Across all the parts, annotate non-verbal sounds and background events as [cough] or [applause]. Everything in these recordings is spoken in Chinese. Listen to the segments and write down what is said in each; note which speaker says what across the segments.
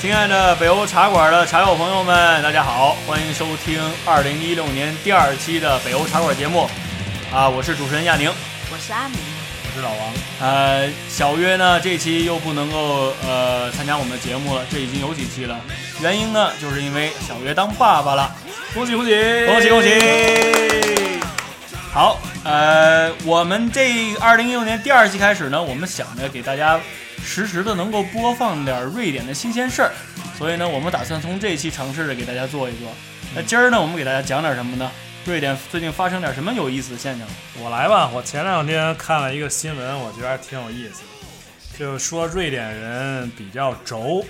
Speaker 1: 亲爱的北欧茶馆的茶友朋友们，大家好，欢迎收听二零一六年第二期的北欧茶馆节目。啊，我是主持人亚宁。
Speaker 2: 我是阿明，
Speaker 3: 我是老王，
Speaker 1: 呃，小约呢这期又不能够呃参加我们的节目了，这已经有几期了。原因呢，就是因为小约当爸爸了，
Speaker 3: 恭喜恭喜
Speaker 1: 恭喜恭喜！好，呃，我们这二零一六年第二期开始呢，我们想着给大家实时的能够播放点瑞典的新鲜事儿，所以呢，我们打算从这一期尝试着给大家做一做。那
Speaker 3: 嗯
Speaker 1: 今儿呢，我们给大家讲点什么呢？瑞典最近发生点什么有意思的现象？
Speaker 3: 我来吧，我前两天看了一个新闻，我觉得还挺有意思的，就是说瑞典人比较轴，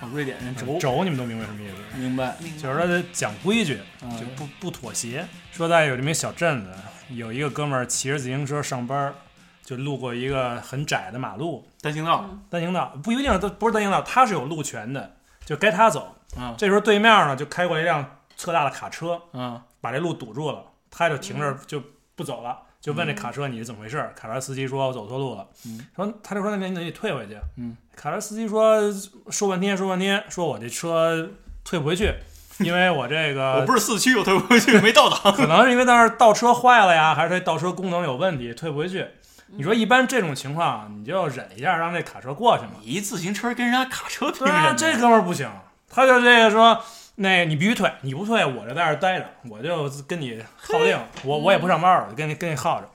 Speaker 1: 哦瑞典人轴，
Speaker 3: 轴你们都明白什么意思？
Speaker 1: 明白？
Speaker 3: 就是说他讲规矩，
Speaker 1: 嗯
Speaker 3: 就不不妥协。说在有这么一小镇子，有一个哥们儿骑着自行车上班儿，就路过一个很窄的马路，
Speaker 1: 单行道，
Speaker 2: 嗯
Speaker 3: 单行道不一定都不是单行道，他是有路权的，就该他走。
Speaker 1: 嗯
Speaker 3: 这时候对面呢就开过来一辆特大的卡车，
Speaker 1: 嗯
Speaker 3: 把这路堵住了，他就停这儿就不走了，就问这卡车你是怎么回事儿？卡车司机说我走错路了，
Speaker 1: 嗯
Speaker 3: 然后他就说那你得退回去，
Speaker 1: 嗯，
Speaker 3: 卡车司机说说半天说半天，说我这车退不回去，因为我这个
Speaker 1: [laughs] 我不是四驱，我退不回去，没倒
Speaker 3: [laughs]
Speaker 1: 档。
Speaker 3: 可能是因为当时倒车坏了呀，还是它倒车功能有问题，退不回去。你
Speaker 1: 嗯
Speaker 3: 说一般这种情况，啊你就忍一下，让这卡车过去嘛。
Speaker 1: 你一自行车跟人家卡车拼
Speaker 3: 对啊，这哥们儿不行，他就这个说，那你必须退，你不退我就在这儿待着，我就跟你耗
Speaker 2: [laughs]
Speaker 3: 令，我我也不上班了，我就跟你跟你耗着，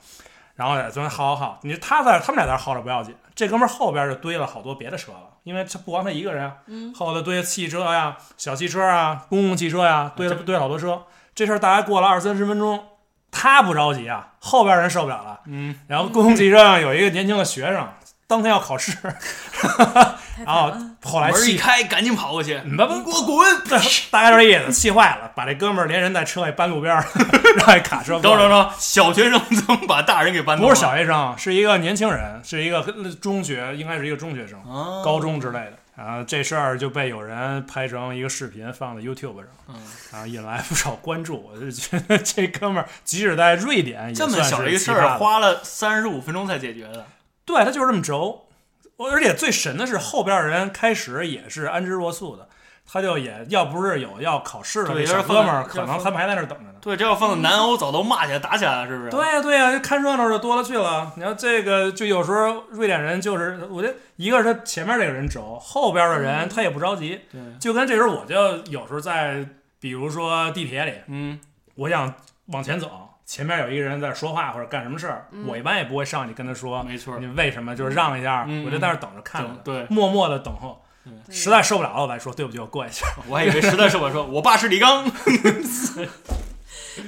Speaker 3: 然后在昨天耗耗耗，你他在他们俩在这儿耗着不要紧，这哥们儿后边就堆了好多别的车了，因为他不光他一个人啊，
Speaker 2: 嗯
Speaker 3: 后头堆汽车呀、小汽车啊、公共汽车呀，堆了堆了好多车，这事儿大概过了二三十分钟。他不着急啊，后边人受不了了。
Speaker 1: 嗯，
Speaker 3: 然后公共汽车上有一个年轻的学生，当天要考试，
Speaker 2: [laughs] 太惨了，
Speaker 3: [laughs] 然后后来
Speaker 1: 门一
Speaker 3: 气
Speaker 1: 开，赶紧跑过去，
Speaker 3: 嗯不不
Speaker 1: 你给我滚！
Speaker 3: 大大概这意思，气坏了，把这哥们儿连人带车给搬路边儿， [laughs] 让这卡车过
Speaker 1: 等
Speaker 3: 来。
Speaker 1: 等等，小学生怎么把大人给搬走？
Speaker 3: 不是小学生，是一个年轻人，是一个中学，应该是一个中学生，
Speaker 1: 啊，
Speaker 3: 高中之类的。然后这事儿就被有人拍成一个视频放在 YouTube 上，
Speaker 1: 嗯
Speaker 3: 然后引来不少关注。我就觉得这哥们儿即使在瑞典也
Speaker 1: 这
Speaker 3: 算
Speaker 1: 么
Speaker 3: 是
Speaker 1: 小的一个事
Speaker 3: 奇葩
Speaker 1: 儿，
Speaker 3: 了
Speaker 1: 花了三十五分钟才解决的。
Speaker 3: 对他就是这么轴。我而且最神的是后边儿人开始也是安之若素的，他就也要不是有要考试的
Speaker 1: 对
Speaker 3: 那
Speaker 1: 要
Speaker 3: 小
Speaker 1: 是
Speaker 3: 哥
Speaker 1: 放
Speaker 3: 们儿，
Speaker 1: 要
Speaker 3: 可能
Speaker 1: 放
Speaker 3: 他们还在那儿等着呢。
Speaker 1: 对，这要放在南
Speaker 2: 嗯
Speaker 1: 欧，早都骂起来、打起来了，是不是？
Speaker 3: 对呀、对呀、看热闹的多了去了。你看这个，就有时候瑞典人就是，我觉得一个是他前面这个人轴，后边的
Speaker 1: 嗯
Speaker 3: 人他也不着急。
Speaker 1: 对，
Speaker 3: 就跟这时候我就有时候在，比如说地铁里，
Speaker 1: 嗯，
Speaker 3: 我想往前走，前面有一个人在说话或者干什么事儿，
Speaker 2: 嗯
Speaker 3: 我一般也不会上去跟他说
Speaker 1: 没错儿
Speaker 3: 你，为什么，就是让一下，
Speaker 1: 嗯
Speaker 3: 我就在那儿等着看着
Speaker 1: 整
Speaker 3: 他，
Speaker 1: 对，
Speaker 3: 默默的等候。
Speaker 2: 对
Speaker 3: 实在受不了了，我再说对不起，我过一下。
Speaker 1: 我还以为实在是我说，我爸是李刚，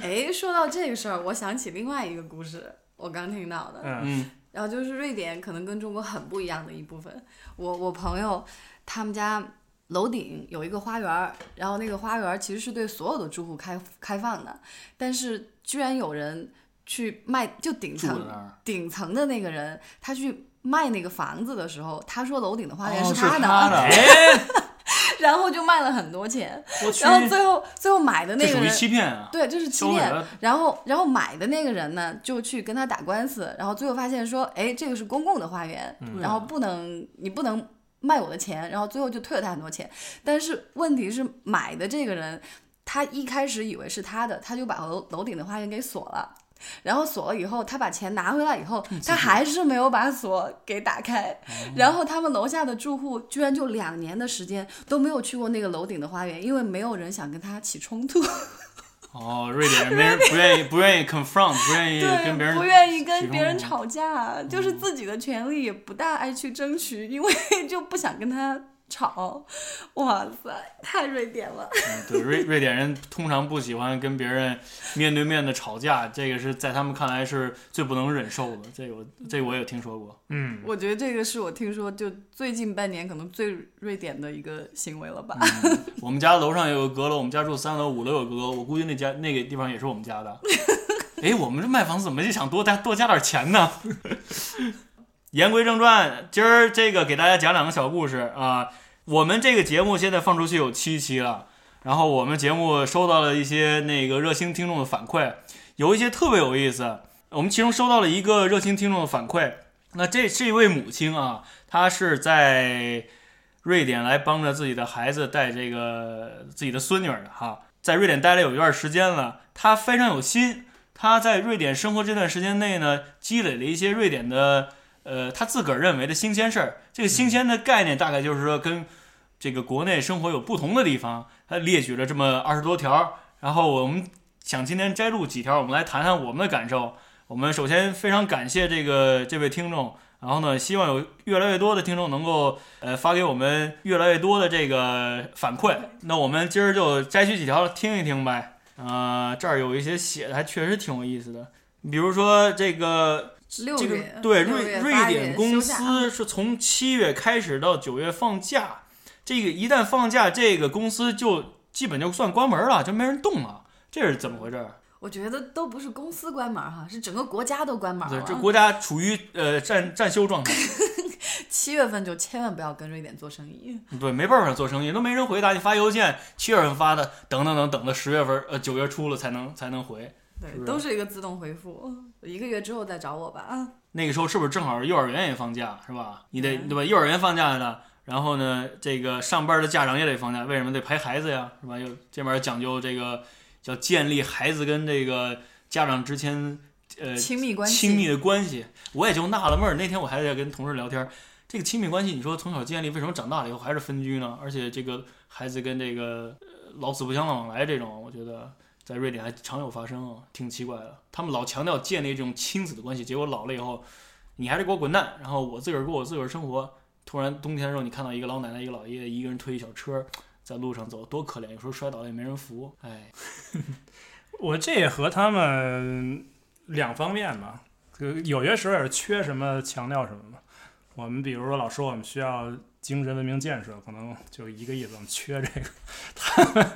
Speaker 2: 哎，说到这个事儿，我想起另外一个故事，我刚听到的。
Speaker 3: 嗯，
Speaker 1: 嗯
Speaker 2: 然后就是瑞典可能跟中国很不一样的一部分。我我朋友他们家楼顶有一个花园儿，然后那个花园儿其实是对所有的住户开开放的，但是居然有人去卖，就顶
Speaker 1: 住在
Speaker 2: 层
Speaker 1: 那儿，
Speaker 2: 顶层的那个人，他去卖那个房子的时候，他说楼顶的花园
Speaker 1: 哦
Speaker 2: 啊是
Speaker 1: 是
Speaker 2: 的，
Speaker 1: 他的
Speaker 2: [laughs]
Speaker 3: 哎，
Speaker 2: 然后就卖了很多钱，
Speaker 3: 我去，
Speaker 2: 然后最后最后买的
Speaker 1: 这
Speaker 2: 那个
Speaker 1: 属于
Speaker 2: 人。
Speaker 1: 欺骗啊！
Speaker 2: 对，这是欺
Speaker 1: 收买
Speaker 2: 骗
Speaker 1: 了。
Speaker 2: 然后，然后买的那个人呢，就去跟他打官司，然后最后发现说，哎，这个是公共的花园，然后不能，你不能卖我的钱，然后最后就退了他很多钱。但是问题是，买的这个人，他一开始以为是他的，他就把楼楼顶的花园给锁了。然后锁了以后，他把钱拿回来以后，他还是没有把锁给打开。然后他们楼下的住户居然就两年的时间都没有去过那个楼顶的花园，因为没有人想跟他起冲突。
Speaker 1: 哦，瑞典人没
Speaker 2: [laughs]
Speaker 1: 人不愿意，不愿意 confront，不愿意
Speaker 2: 对，
Speaker 1: 跟别人
Speaker 2: 不愿意跟
Speaker 1: 起
Speaker 2: 别人
Speaker 1: 冲
Speaker 2: 吵架，就是自己的权利也不大爱去争取，因为 [laughs] 就不想跟他吵。哇塞，太瑞典了！
Speaker 1: 嗯对，瑞瑞典人通常不喜欢跟别人面对面的吵架，这个是在他们看来是最不能忍受的。这个我这个我也听说过。
Speaker 3: 嗯，
Speaker 2: [laughs] 我觉得这个是我听说就最近半年可能最瑞典的一个行为了吧。
Speaker 1: [laughs] 我们家楼上有个阁楼，我们家住三楼，五楼有阁楼，我估计那家那个地方也是我们家的。哎，我们这卖房子怎么就想多加多加点钱呢？ [laughs] 言归正传，今儿这个给大家讲两个小故事啊、我们这个节目现在放出去有七期了，然后我们节目收到了一些那个热心听众的反馈，有一些特别有意思。我们其中收到了一个热心听众的反馈，那这这位母亲啊，她是在瑞典来帮着自己的孩子带这个自己的孙女儿的哈，在瑞典待了有一段时间了，他非常有心。他在瑞典生活这段时间内呢，积累了一些瑞典的呃他自个儿认为的新鲜事儿。这个新鲜的概念大概就是说跟这个国内生活有不同的地方。他列举了这么二十多条，然后我们想今天摘录几条，我们来谈谈我们的感受。我们首先非常感谢这个这位听众，然后呢，希望有越来越多的听众能够呃发给我们越来越多的这个反馈。那我们今儿就摘取几条听一听呗。呃，这儿有一些写的还确实挺有意思的，比如说这个
Speaker 2: 六
Speaker 1: 这个
Speaker 2: 月
Speaker 1: 对
Speaker 2: 六
Speaker 1: 瑞
Speaker 2: 月
Speaker 1: 瑞
Speaker 2: 八
Speaker 1: 典
Speaker 2: 月
Speaker 1: 公
Speaker 2: 休假
Speaker 1: 司是从七月开始到九月放假，这个一旦放假，这个公司就基本就算关门了，就没人动了，这是怎么回事儿？
Speaker 2: 我觉得都不是公司关门儿哈，是整个国家都关门儿
Speaker 1: 对，这
Speaker 2: 了。
Speaker 1: 国家处于呃战战休状态，
Speaker 2: 七月份就千万不要跟瑞典做生意。
Speaker 1: 对，没办法做生意，都没人回答。你发邮件，七月份发的，等等等等到十月份呃九月初了才能才能回。
Speaker 2: 对，
Speaker 1: 是不是
Speaker 2: 都是一个自动回复，一个月之后再找我吧啊。
Speaker 1: 那个时候是不是正好幼儿园也放假是吧？你得
Speaker 2: 嗯
Speaker 1: 对吧？幼儿园放假了，然后呢，这个上班的家长也得放假，为什么得陪孩子呀？是吧？又这边讲究这个叫建立孩子跟这个家长之间呃
Speaker 2: 亲密关系，
Speaker 1: 亲密的关系。我也就纳了闷儿，那天我还在跟同事聊天儿，这个亲密关系，你说从小建立，为什么长大了以后还是分居呢？而且这个孩子跟这个呃老死不相往来这种，我觉得在瑞典还常有发生啊，挺奇怪的。他们老强调建立这种亲子的关系，结果老了以后，你还是给我滚蛋，然后我自个儿过我自个儿生活。突然冬天的时候，你看到一个老奶奶、一个老爷爷，一个人推一小车。在路上走多可怜，有时候摔倒了也没人扶，哎，
Speaker 3: [laughs] 我这也和他们两方面吧，呃有些时候也是缺什么强调什么嘛。我们比如说老说我们需要精神文明建设，可能就一个意思，我们缺这个。他们，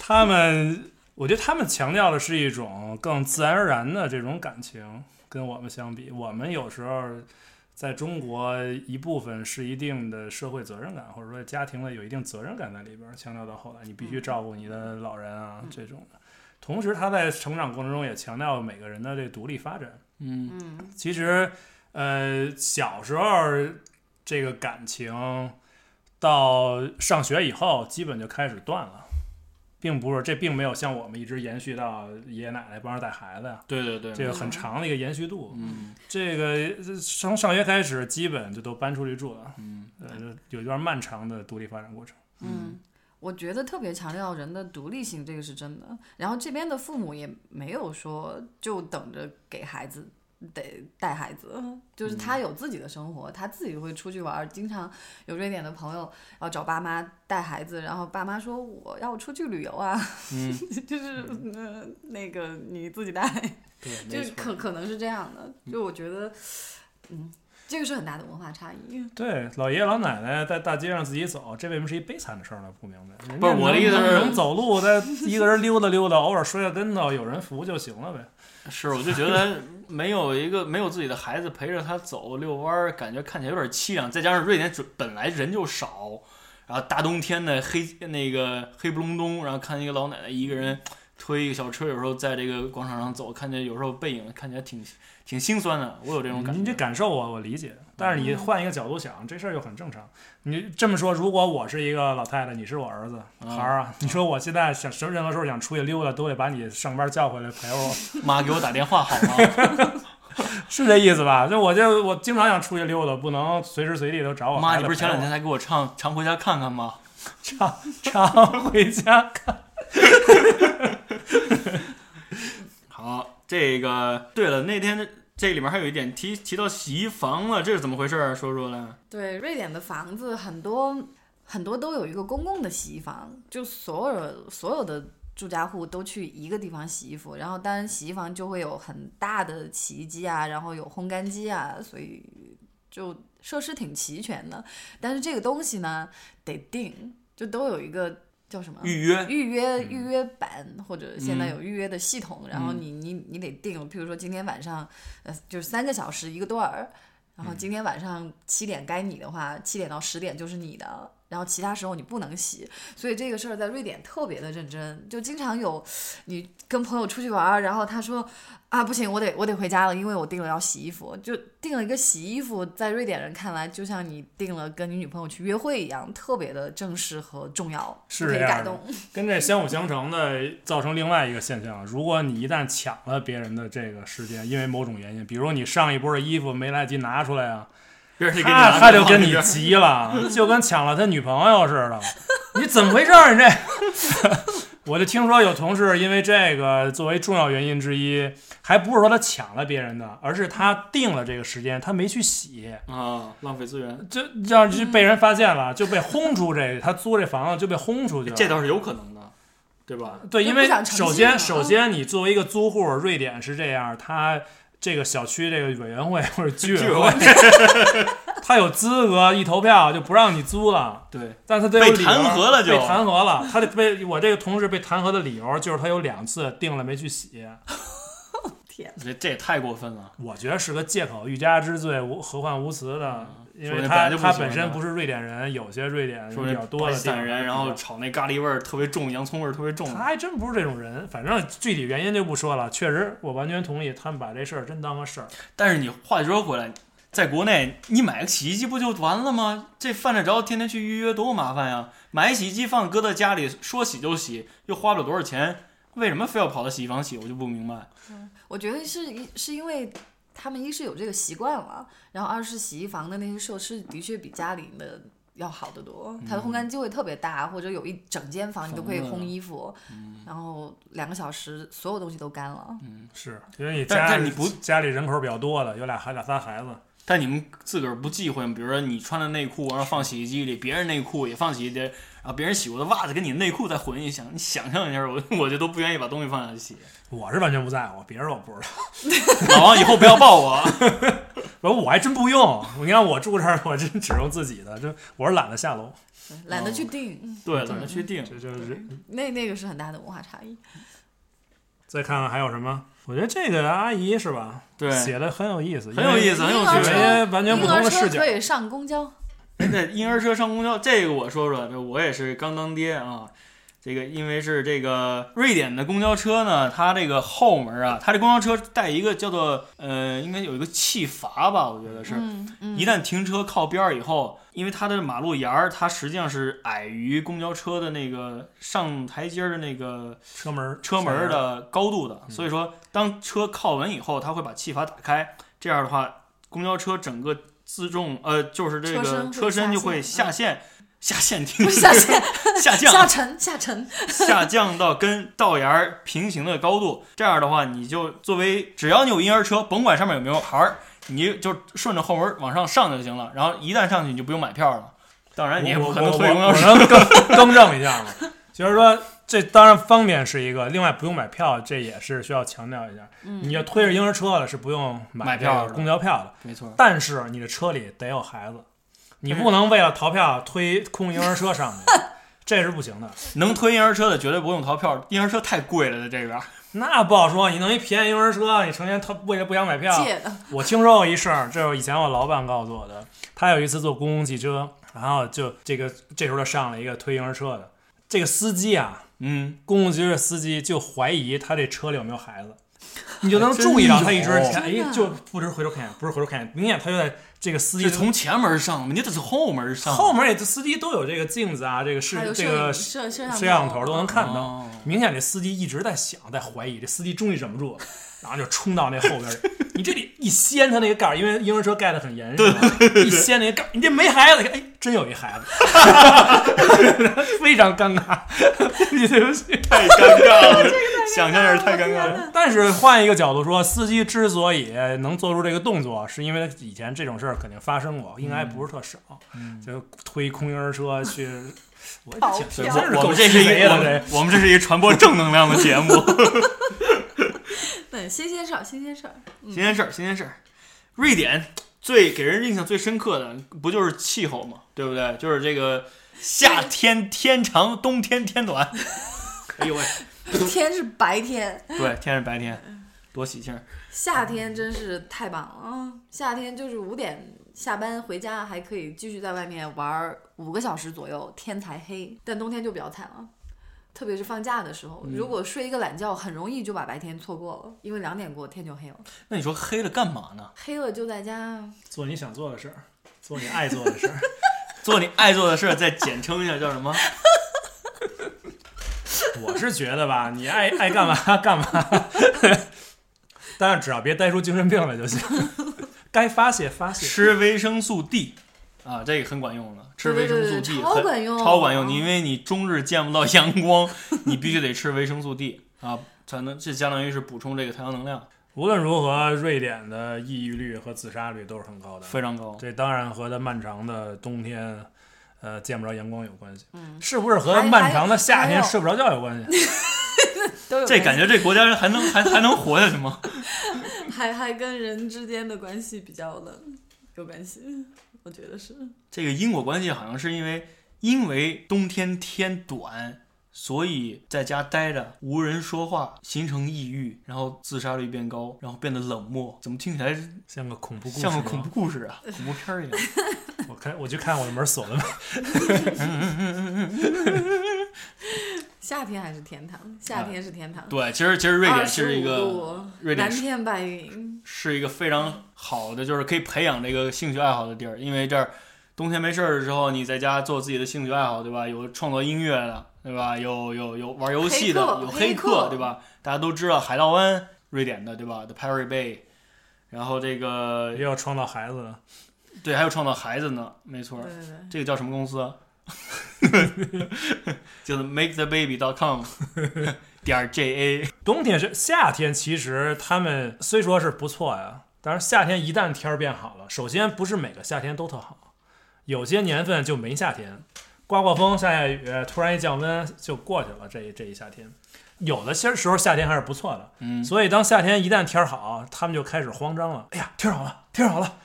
Speaker 3: 他们，我觉得他们强调的是一种更自然而然的这种感情，跟我们相比，我们有时候。在中国，一部分是一定的社会责任感，或者说家庭的有一定责任感在里边儿，强调到后来，你必须照顾你的老人啊、这种的。同时，他在成长过程中也强调每个人的这独立发展。
Speaker 1: 嗯，
Speaker 2: 嗯，
Speaker 3: 其实，呃，小时候这个感情到上学以后，基本就开始断了，并不是这并没有像我们一直延续到爷爷奶奶帮着带孩子呀，
Speaker 1: 对对对，
Speaker 3: 这个很长的一个延续度。
Speaker 1: 嗯
Speaker 3: 这个从上学开始，基本就都搬出去住了，
Speaker 1: 嗯
Speaker 3: 呃，有一段漫长的独立发展过程。
Speaker 2: 嗯，我觉得特别强调人的独立性，这个是真的。然后这边的父母也没有说就等着给孩子得带孩子，就是
Speaker 1: 嗯
Speaker 2: 他有自己的生活，他自己会出去玩儿。经常有瑞典的朋友要找爸妈带孩子，然后爸妈说我要出去旅游啊，
Speaker 1: 嗯，
Speaker 2: [laughs] 就是呃那个你自己带，
Speaker 1: 对，
Speaker 2: 就
Speaker 1: 没
Speaker 2: 是
Speaker 1: 错。
Speaker 2: 可可能是这样的。就我觉得，嗯，这个是很大的文化差异。
Speaker 3: 对，老爷爷老奶奶在大街上自己走，这为什么是一悲惨的事儿呢？不明白。人家
Speaker 1: 不是我的
Speaker 3: 能
Speaker 1: 意思是
Speaker 3: 能走路，在一个人溜达溜达，偶尔摔个跟头，有人扶就行了呗。
Speaker 1: 是，我就觉得没有一个没有自己的孩子陪着他走遛弯儿，感觉看起来有点凄凉。再加上瑞典准本来人就少，然后大冬天的黑那个黑不隆冬，然后看一个老奶奶一个人推一个小车，有时候在这个广场上走，看见有时候背影看起来挺挺心酸的。我有这种感觉。
Speaker 3: 你这感受我我理解，但是你
Speaker 2: 嗯
Speaker 3: 换一个角度想，这事儿又很正常。你这么说，如果我是一个老太太，你是我儿子，
Speaker 1: 嗯
Speaker 3: 孩儿啊，你说我现在想什么任何时候想出去溜达，都得把你上班叫回来陪我，
Speaker 1: 妈给我打电话好
Speaker 3: [laughs]
Speaker 1: 吗？
Speaker 3: 是这意思吧？就我就我经常想出去溜达，不能随时随地都找我
Speaker 1: 妈，
Speaker 3: 孩
Speaker 1: 你
Speaker 3: 子
Speaker 1: 不是前
Speaker 3: 陪
Speaker 1: 两
Speaker 3: 我
Speaker 1: 天才给我唱《常回家看看》吗？
Speaker 3: 常常回家看？
Speaker 1: 好，这个对了，那天这里面还有一点提提到洗衣房了，这是怎么回事儿？说说来。
Speaker 2: 对，瑞典的房子很多很多都有一个公共的洗衣房，就所有所有的住家户都去一个地方洗衣服，然后当然洗衣房就会有很大的洗衣机啊，然后有烘干机啊，所以就设施挺齐全的。但是这个东西呢，得定，就都有一个叫什么？
Speaker 1: 预约，
Speaker 2: 预约
Speaker 3: 嗯
Speaker 2: 预约版，或者现在
Speaker 1: 嗯
Speaker 2: 有预约的系统，然后
Speaker 1: 嗯
Speaker 2: 你你你得定，譬如说今天晚上，呃，就是三个
Speaker 3: 嗯
Speaker 2: 小时一个段儿，然后今天晚上七点该你的话，七点到十点就是你的，然后其他时候你不能洗，所以这个事儿在瑞典特别的认真，就经常有你跟朋友出去玩儿，然后他说啊不行，我得我得回家了，因为我订了要洗衣服，就订了一个洗衣服，在瑞典人看来就像你订了跟你女朋友去约会一样，特别的正式和重要，
Speaker 3: 是
Speaker 2: 不可以
Speaker 3: 这样
Speaker 2: 改
Speaker 3: 的
Speaker 2: 动。
Speaker 3: 跟这相辅相成的，造成另外一个现象。如果你一旦抢了别人的这个时间，因为某种原因，比如你上一波的衣服没来得及拿出来啊，
Speaker 1: 别人就给你
Speaker 3: 他
Speaker 1: 拿
Speaker 3: 他
Speaker 1: 着
Speaker 3: 就
Speaker 1: 放
Speaker 3: 跟
Speaker 1: 那
Speaker 3: 你
Speaker 1: 边
Speaker 3: 急 [laughs] 了，就跟抢了他女朋友似 [laughs] 的。你怎么回事儿？你这， [laughs] 我就听说有同事因为这个作为重要原因之一，还不是说他抢了别人的，而是他定了这个时间，他没去洗。
Speaker 1: 啊，浪费资源，
Speaker 3: 就让嗯就被人发现了，就被轰出这，他租这房子就被轰出去了。
Speaker 1: 这倒是有可能的，对吧？
Speaker 3: 对，
Speaker 2: 就
Speaker 3: 因
Speaker 2: 不
Speaker 3: 为
Speaker 2: 想诚
Speaker 3: 首
Speaker 2: 信
Speaker 3: 先
Speaker 2: 了
Speaker 3: 首
Speaker 2: 嗯
Speaker 3: 先你作为一个租户，瑞典是这样，它这个小区这个委员会 [laughs] 或者居
Speaker 1: 居
Speaker 3: 委
Speaker 1: 委
Speaker 3: 会，他有资格一投票就不让你租了。
Speaker 1: 对，
Speaker 3: 但他得有
Speaker 1: 被
Speaker 3: 理由
Speaker 1: 弹劾了就
Speaker 3: 被弹劾了。他得被我这个同事被弹劾的理由就是他有两次定了没去洗，
Speaker 2: 天，
Speaker 1: 这这也太过分了。
Speaker 3: 我觉得是个借口，欲加之罪，无何患无辞的。因
Speaker 1: 嗯说
Speaker 3: 为
Speaker 1: 明
Speaker 3: 他
Speaker 1: 本来就不
Speaker 3: 他
Speaker 1: 喜欢
Speaker 3: 本
Speaker 1: 他
Speaker 3: 身不是瑞典人，有些瑞典人
Speaker 1: 说
Speaker 3: 比较多
Speaker 1: 巴
Speaker 3: 的
Speaker 1: 基斯坦
Speaker 3: 地方
Speaker 1: 人，
Speaker 3: 比
Speaker 1: 然后
Speaker 3: 较
Speaker 1: 炒那咖喱味儿特别重，洋葱味儿特别重。
Speaker 3: 他还真不是这种人，反正具体原因就不说了。确实，我完全同意，他们把这事儿真当个事儿。
Speaker 1: 但是你话说回来，在国内你买个洗衣机不就完了吗？这犯得着天天去预约多麻烦呀！买洗衣机放搁在家里，说洗就洗，又花不了多少钱，为什么非要跑到洗衣房洗？我就不明白。
Speaker 2: 我觉得是一是因为他们一是有这个习惯了，然后二是洗衣房的那些设施的确比家里的要好得多，它的烘干机会特别大，或者有一整间房你都可以
Speaker 1: 房子
Speaker 2: 烘衣服，然后两个小时所有东西都干了。
Speaker 3: 是因为你
Speaker 1: 但
Speaker 3: 家
Speaker 1: 但你不
Speaker 3: 家里人口比较多的，有俩孩俩仨孩子，
Speaker 1: 但你们自个儿不忌讳吗？比如说你穿的内裤，然后放洗衣机里，别人内裤也放洗衣机里，然后别人洗过的袜子跟你内裤再混一下，你想象一下，我 [laughs] 我就都不愿意把东西放下去洗。
Speaker 3: 我是完全不在乎，别人我不知道。
Speaker 1: 老王以后不要抱我，
Speaker 3: 我我还真不用，你看我住这儿，我真只用自己的，这我是懒得下楼，
Speaker 2: 懒得去定，嗯
Speaker 1: 对，怎么去定？
Speaker 3: 这就是。
Speaker 2: 那那个是很大的文化差异。
Speaker 3: 再看看还有什么？我觉得这个阿姨是吧，
Speaker 1: 对， [laughs]
Speaker 3: 写的很有意思，
Speaker 1: 很有意
Speaker 3: 思，
Speaker 1: 思，很有
Speaker 2: 婴儿
Speaker 1: 趣味
Speaker 2: 车。
Speaker 3: 有一些完全不
Speaker 2: 婴
Speaker 3: 同
Speaker 2: 儿
Speaker 3: 的视
Speaker 2: 车
Speaker 3: 角
Speaker 2: 可。以上公交，
Speaker 1: 那婴儿车上公交，这个我说说，这我也是刚当爹啊。这个因为是这个瑞典的公交车呢，它这个后门啊，它这公交车带一个叫做呃，应该有一个气阀吧，我觉得是。
Speaker 2: 嗯嗯，
Speaker 1: 一旦停车靠边儿以后，因为它的马路沿儿，它实际上是矮于公交车的那个上台阶儿的那个
Speaker 3: 车门儿
Speaker 1: 车门儿
Speaker 3: 儿
Speaker 1: 的高度
Speaker 2: 嗯
Speaker 1: 的，所以说当车靠稳以后，它会把气阀打开，这样的话，公交车整个自重呃就是这个
Speaker 2: 车身会
Speaker 1: 车身就会下
Speaker 2: 下
Speaker 1: 陷下陷停
Speaker 2: 不是下线
Speaker 1: 下
Speaker 2: [laughs] 下
Speaker 1: 降
Speaker 2: 沉下沉，
Speaker 1: 下降到跟道沿儿平行的高度，这样的话你就作为只要你有婴儿车，甭管上面有没有牌儿，你就顺着后门往上上就行了，然后一旦上去你就不用买票了。当然，你也不
Speaker 3: 我我
Speaker 1: 可能
Speaker 3: 我
Speaker 1: 推公
Speaker 3: 我
Speaker 1: 交
Speaker 3: 我
Speaker 1: 车，
Speaker 3: 能更更正一下吗？就是说，这当然方便是一个，另外不用买票，这也是需要强调一下。
Speaker 2: 嗯
Speaker 3: 你要推着婴儿车了，是不用
Speaker 1: 买
Speaker 3: 这
Speaker 1: 票
Speaker 3: 个
Speaker 1: 的
Speaker 3: 公交票的，
Speaker 1: 没错，
Speaker 3: 但是你的车里得有孩子，你不能为了逃票推空婴儿车上去，这是不行的。
Speaker 1: 能推婴儿车的绝对不用逃票，婴儿车太贵了，在这边儿。
Speaker 3: 那不好说，你弄一便宜婴儿车，你成天他为了不想买票，
Speaker 2: 借的
Speaker 3: 我听说过一事儿，这是以前我老板告诉我的。他有一次坐公共汽车，然后就这个这时候就上了一个推婴儿车的，这个司机啊，
Speaker 1: 嗯，
Speaker 3: 公共汽车司机就怀疑他这车里有没有孩子，你就能注意到他一直
Speaker 1: 还 [laughs] 真有哦
Speaker 3: 前哎
Speaker 2: 真的
Speaker 3: 就不是回头看一眼，不是回头看一眼，明显他就在这个司机
Speaker 1: 是从前门上吗？你得是后门上，
Speaker 3: 后面也司机都有这个镜子啊，这
Speaker 2: 还
Speaker 3: 个视
Speaker 2: 有
Speaker 3: 这
Speaker 2: 摄
Speaker 3: 个
Speaker 2: 影
Speaker 3: 摄
Speaker 2: 摄摄
Speaker 3: 像头都能看到。
Speaker 1: 哦
Speaker 3: 明显这司机一直在想，在怀疑，这司机终于忍不住了，然后就冲到那后边儿。你这里一掀他那个盖儿，因为婴儿车盖得很严实嘛，一掀那个盖儿，你这没孩子，哎，真有一孩子， [laughs] 非常尴尬， [laughs] 你对不起。
Speaker 1: 太尴尬 [laughs] 了，想象一下太尴尬了。
Speaker 3: 但是换一个角度说，司机之所以能做出这个动作，是因为他以前这种事儿肯定发生过，应该不是特少，就推空婴儿车去。我
Speaker 2: 跑
Speaker 3: 这
Speaker 2: 票
Speaker 3: 真是
Speaker 1: 我
Speaker 3: 够
Speaker 1: 们这是
Speaker 3: 鸡
Speaker 1: 一
Speaker 3: 贼
Speaker 1: 个我
Speaker 3: 的这
Speaker 1: 们 [laughs] 我们这是一个传播正能量的节目。
Speaker 2: 对，新鲜事儿，新鲜事儿。
Speaker 1: 新鲜事儿，新鲜事儿。瑞典最给人印象最深刻的不就是气候吗？对不对？就是这个夏天天长，冬天天
Speaker 2: [laughs]
Speaker 1: 暖。哎呦喂，
Speaker 2: 天是白天，
Speaker 1: 对，天是白天，多喜庆儿。
Speaker 2: 嗯夏天真是太棒了啊！夏天就是五点下班回家还可以继续在外面玩五个小时左右，天才黑。但冬天就比较惨了，特别是放假的时候，
Speaker 1: 嗯
Speaker 2: 如果睡一个懒觉，很容易就把白天错过了，因为两点过天就黑了。
Speaker 1: 那你说黑了干嘛呢？
Speaker 2: 黑了就在家，
Speaker 3: 做你想做的事儿，做你爱做的事儿。
Speaker 1: 做你爱做的事儿，再简称一下叫什
Speaker 2: [laughs]
Speaker 1: 么？
Speaker 3: 我是觉得吧，你爱爱干嘛干嘛， [laughs] 但是只要别待出精神病来就行。 [laughs] 该发泄发泄，
Speaker 1: 吃维生素 D 啊，这个很管用的。吃维生素
Speaker 2: 对对
Speaker 1: D
Speaker 2: 对
Speaker 1: 很
Speaker 2: 超管用
Speaker 1: 超管用。你因为你终日见不到阳光， [laughs] 你必须得吃维生素 D 啊，才能这相当于是补充这个太阳能量，
Speaker 3: 无论如何，瑞典的抑郁率和自杀率都是很高的。
Speaker 1: 非常高。
Speaker 3: 这当然和它漫长的冬天，呃，见不着阳光有关系。
Speaker 2: 嗯，
Speaker 3: 是不是和
Speaker 2: 还
Speaker 3: 漫长的夏
Speaker 2: 还有
Speaker 3: 天睡不着觉有关
Speaker 2: [laughs]
Speaker 3: 系？啊
Speaker 2: 都有
Speaker 1: 这感觉这国家人还能还还能活下去吗？ [laughs]
Speaker 2: 还还跟人之间的关系比较冷有关系，我觉得是。
Speaker 1: 这个因果关系好像是因为因为冬天天短，所以在家待着无人说话，形成抑郁，然后自杀率变高，然后变得冷漠。怎么听起来
Speaker 3: 像个恐怖故事，
Speaker 1: 像个恐怖。故事啊，恐怖片儿一样？
Speaker 3: 我看我去看我的门锁了没？
Speaker 2: 夏天还是天堂，夏天是天堂。
Speaker 1: 啊对，其实其实瑞典是一
Speaker 2: 25
Speaker 1: 个
Speaker 2: 度
Speaker 1: 瑞典
Speaker 2: 蓝
Speaker 1: 是
Speaker 2: 天白云，
Speaker 1: 是一个非常好的，就是可以培养这个兴趣爱好的地儿，因为这儿冬天没事儿的时候，你在家做自己的兴趣爱好，对吧？有创作音乐的，对吧？有有有玩游戏的，
Speaker 2: 黑客
Speaker 1: 有黑
Speaker 2: 黑
Speaker 1: 客，
Speaker 2: 客
Speaker 1: 对吧？大家都知道海盗湾，瑞典的，对吧？The Pirate Bay，然后这个
Speaker 3: 又要创造孩子了，
Speaker 1: 对，还有创造孩子呢，没错
Speaker 2: 对
Speaker 1: 儿，
Speaker 2: 对对，
Speaker 1: 这个叫什么公司啊？就是 makethebaby.com 点儿 ja。
Speaker 3: 冬天是夏天，其实他们虽说是不错呀，但是夏天一旦天儿变好了，首先不是每个夏天都特好，有些年份就没夏天，刮刮风、下下雨，突然一降温就过去了，这一这一夏天。有的些时候夏天还是不错的，
Speaker 1: 嗯
Speaker 3: 所以当夏天一旦天儿好，他们就开始慌张了。哎呀，天儿好了，天儿好了，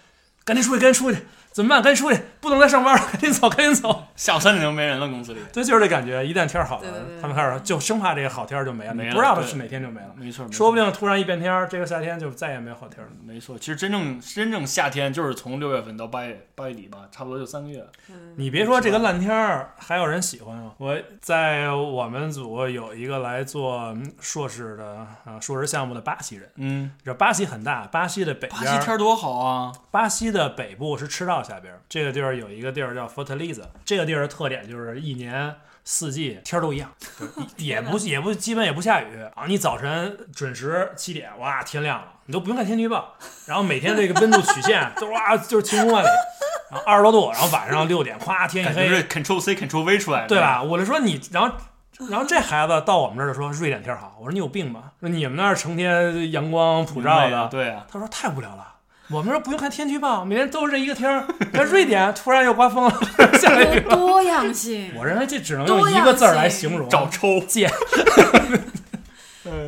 Speaker 3: 赶紧出去，赶紧出去，怎么办？赶紧出去，不能再上班了， [laughs] 赶紧走，赶紧走。
Speaker 1: 下午三点钟没人了，公司里。
Speaker 3: 对，就是这感觉，一旦天儿好了，
Speaker 2: 对对对
Speaker 3: 他们开始就生怕这个好天儿就没了，
Speaker 1: 没
Speaker 3: 你
Speaker 1: 了
Speaker 3: 不知道它
Speaker 1: 对
Speaker 3: 是哪天就没了，
Speaker 1: 没错，没错
Speaker 3: 说不定突然一变天儿，这个夏天就再也没有好天儿了。
Speaker 1: 没错，其实真正真正夏天就是从六月份到八月八月底吧，差不多就三个月。
Speaker 2: 嗯
Speaker 1: [laughs]
Speaker 3: 你别说这个烂天儿，还有人喜欢啊！我在我们组有一个来做嗯硕士的啊、硕士项目的巴西人，
Speaker 1: 嗯，
Speaker 3: 你知道巴西很大，巴西的北
Speaker 1: 巴
Speaker 3: 边
Speaker 1: 西天
Speaker 3: 儿，
Speaker 1: 儿多好啊！
Speaker 3: 巴西的北部是赤道下边儿，这个地儿有一个地儿叫佛特利兹，这个地儿的特点就是一年。四季天儿都一样，就是也不也不基本也不下雨啊！你早晨准时七点，哇，天亮了，你都不用看天气预报，然后每天这个温度曲线都哇就是晴空万里，然后二十多度，然后晚上六点，咵天一
Speaker 1: 感
Speaker 3: 黑
Speaker 1: 觉，是 Control C Control V 出来的，
Speaker 3: 对？吧？我就说你，然后然后这孩子到我们这儿就说瑞典天儿好，我说你有病吧？说你们那儿成天阳光普照的，
Speaker 1: 对啊，
Speaker 3: 他说太无聊了。我们这儿不用看天气预报，每天都是这一个天儿。但瑞典突然又刮风了，下了雨。
Speaker 2: 多多
Speaker 1: [laughs]
Speaker 2: 样性，
Speaker 3: 我认为这只能用一个字儿来形容，
Speaker 1: 找嗯抽。
Speaker 3: 贱。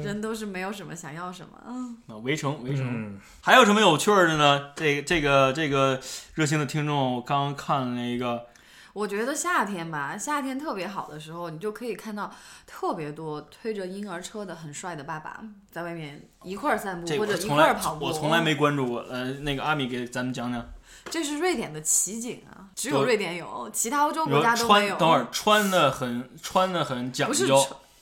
Speaker 2: 人都是没有什么想要什么，嗯，
Speaker 1: 啊，围城，围城。
Speaker 3: 嗯，
Speaker 1: 还有什么有趣儿的呢？这个这个这个热心的听众，我刚刚看了一个，
Speaker 2: 我觉得夏天吧，夏天特别好的时候，你就可以看到特别多推着婴儿车的很帅的爸爸在外面一块儿散步
Speaker 1: 这
Speaker 2: 或
Speaker 1: 个
Speaker 2: 者
Speaker 1: 我
Speaker 2: 一
Speaker 1: 从
Speaker 2: 块
Speaker 1: 来
Speaker 2: 儿跑步。
Speaker 1: 我从来，没关注过。呃，那个阿米给咱们讲讲，
Speaker 2: 这是瑞典的奇景啊，只有
Speaker 1: 都
Speaker 2: 瑞典有，其他欧洲
Speaker 1: 你
Speaker 2: 国
Speaker 1: 说
Speaker 2: 家都
Speaker 1: 穿
Speaker 2: 没有。
Speaker 1: 等会儿穿的很穿的很讲
Speaker 2: 不是
Speaker 1: 究，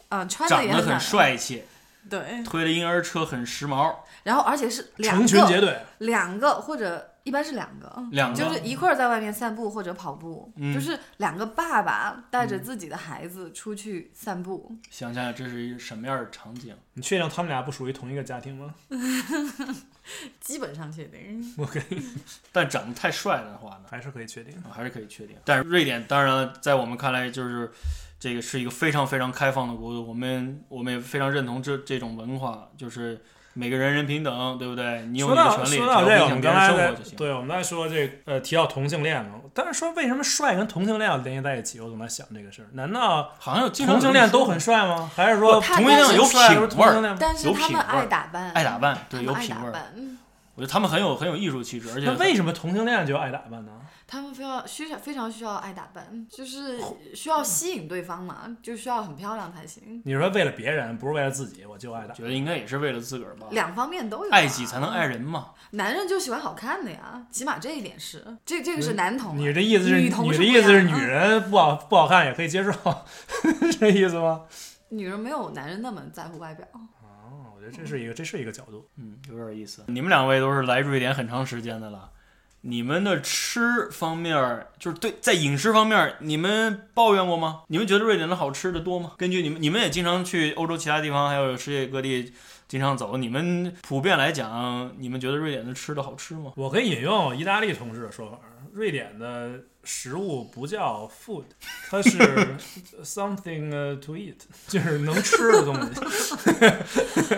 Speaker 2: 穿啊，穿的
Speaker 1: 长
Speaker 2: 也
Speaker 1: 得
Speaker 2: 难
Speaker 1: 很，帅气，
Speaker 2: 对，
Speaker 1: 推着婴儿车很时髦，
Speaker 2: 然后而且是两
Speaker 3: 成
Speaker 2: 个
Speaker 3: 群结队，
Speaker 2: 两个或者一般是两个，嗯
Speaker 1: 两个
Speaker 2: 就是一块儿在外面散步或者跑步，
Speaker 1: 嗯
Speaker 2: 就是两个爸爸带着自己的孩子出去散步。
Speaker 1: 想象这是一个什么样的场景？
Speaker 3: 你确定他们俩不属于同一个家庭吗？
Speaker 2: 基本上确
Speaker 1: [laughs]
Speaker 2: 定，
Speaker 3: 我可以，
Speaker 1: 但长得太帅的话呢，
Speaker 3: 还是可以确定。
Speaker 1: 啊还是可以确定。但是瑞典当然了，在我们看来就是这个是一个非常非常开放的国度，我们我们也非常认同这这种文化，就是每个人人平等，对不对？你有
Speaker 3: 说
Speaker 1: 你的
Speaker 3: 到
Speaker 1: 权利，只
Speaker 3: 说
Speaker 1: 要
Speaker 3: 到
Speaker 1: 不
Speaker 3: 这个，
Speaker 1: 影
Speaker 3: 我
Speaker 1: 响
Speaker 3: 们
Speaker 1: 别
Speaker 3: 刚
Speaker 1: 人
Speaker 3: 才
Speaker 1: 生
Speaker 3: 在
Speaker 1: 活就行。
Speaker 3: 对我们刚才说这个呃提到同性恋嘛，但是说为什么帅跟同性恋要联系在一起？我总在想这个事儿，难道
Speaker 1: 好像有经常
Speaker 3: 同性恋都很帅吗？还是说
Speaker 2: 不
Speaker 1: 同性恋有
Speaker 3: 帅都是
Speaker 1: 品
Speaker 3: 同
Speaker 1: 味
Speaker 3: 性
Speaker 1: 儿，
Speaker 3: 恋吗？
Speaker 2: 但是
Speaker 1: 有
Speaker 2: 他
Speaker 1: 品
Speaker 2: 们
Speaker 1: 味儿
Speaker 2: 爱打扮，
Speaker 1: 爱打扮，
Speaker 2: 他
Speaker 1: 对，
Speaker 2: 们
Speaker 1: 有
Speaker 2: 爱
Speaker 1: 品
Speaker 2: 打
Speaker 1: 味儿。
Speaker 2: 扮，
Speaker 1: 我觉得他们很有很有艺术气质，而且
Speaker 3: 那为什么同性恋就爱打扮呢？
Speaker 2: 他们非要需要非常需要爱打扮，就是需
Speaker 1: 嗯
Speaker 2: 要吸引对方嘛，就需要很漂亮才行。
Speaker 3: 你说为了别人，不是为了自己，我就爱打扮。
Speaker 1: 觉得应该也是为了自个儿吧，
Speaker 2: 两方面都有、啊
Speaker 1: 爱己才能爱。人嘛。
Speaker 2: 男人就喜欢好看的呀，起码这一点是，这这
Speaker 1: 嗯
Speaker 2: 个是男同啊。
Speaker 3: 你的意思是，
Speaker 2: 女
Speaker 3: 你
Speaker 2: 同啊
Speaker 3: 的
Speaker 2: 不
Speaker 3: 意思
Speaker 2: 一
Speaker 3: 是
Speaker 2: 样
Speaker 3: 女
Speaker 2: 的，
Speaker 3: 人不好不好看也可以接受， [laughs] 是这意思吗？
Speaker 2: 女人没有男人那么在乎外表。
Speaker 3: 哦，我觉得这是一个这是一个角度。
Speaker 1: 嗯，有点意思。你们两位都是来瑞典很长时间的了，你们的吃方面儿，就是对在饮食方面儿，你们抱怨过吗？你们觉得瑞典的好吃的多吗？根据你们，你们也经常去欧洲其他地方，还有世界各地经常走，你们普遍来讲，你们觉得瑞典的吃的好吃吗？
Speaker 3: 我可以引用意大利同事的说法：瑞典的食物不叫 food，
Speaker 2: [laughs]
Speaker 3: 它是 something uh, to eat，就是能吃的东
Speaker 2: [laughs]
Speaker 3: 西。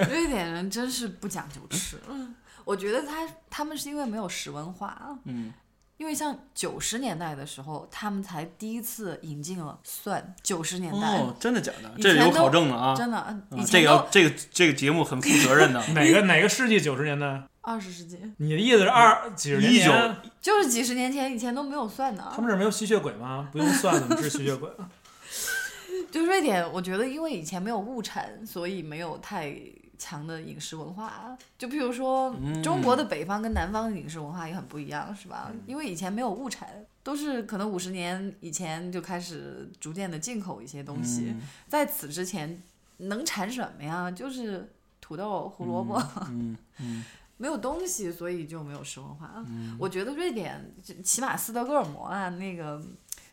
Speaker 2: 瑞典人真是不讲究吃，我觉得他他们是因为没有食文化，
Speaker 1: 嗯，
Speaker 2: 因为像九十年代的时候，他们才第一次引进了蒜。九十年代、
Speaker 1: 哦，真的假的？
Speaker 2: 以
Speaker 1: 这
Speaker 2: 前
Speaker 1: 有
Speaker 2: 都
Speaker 1: 考证了啊！
Speaker 2: 真的，嗯
Speaker 1: 啊
Speaker 2: 以
Speaker 1: 这
Speaker 2: 前
Speaker 1: 个
Speaker 2: 都
Speaker 1: 要这个这个节目很负责
Speaker 2: [laughs]
Speaker 1: 任的，
Speaker 3: 哪个哪个世纪九十年代？
Speaker 2: 二十世纪，
Speaker 3: 你的意思是二几十年前？
Speaker 2: 就是几十年前，以前都没有蒜的
Speaker 3: 他。们这儿没有吸血鬼吗？不用算怎么治吸血鬼？
Speaker 2: 就瑞典，我觉得因为以前没有物产，所以没有太强的饮食文化。就譬如说，
Speaker 1: 嗯
Speaker 2: 中国的北方跟南方的饮食文化也很不一样，是吧？因为以前没有物产，都是可能五十年以前就开始逐渐的进口一些东西。
Speaker 1: 嗯
Speaker 2: 在此之前，能产什么呀？就是土豆、胡萝卜，
Speaker 1: 嗯嗯
Speaker 2: [laughs] 没有东西，所以就没有食文化。我觉得瑞典，起码斯德哥尔摩啊，那个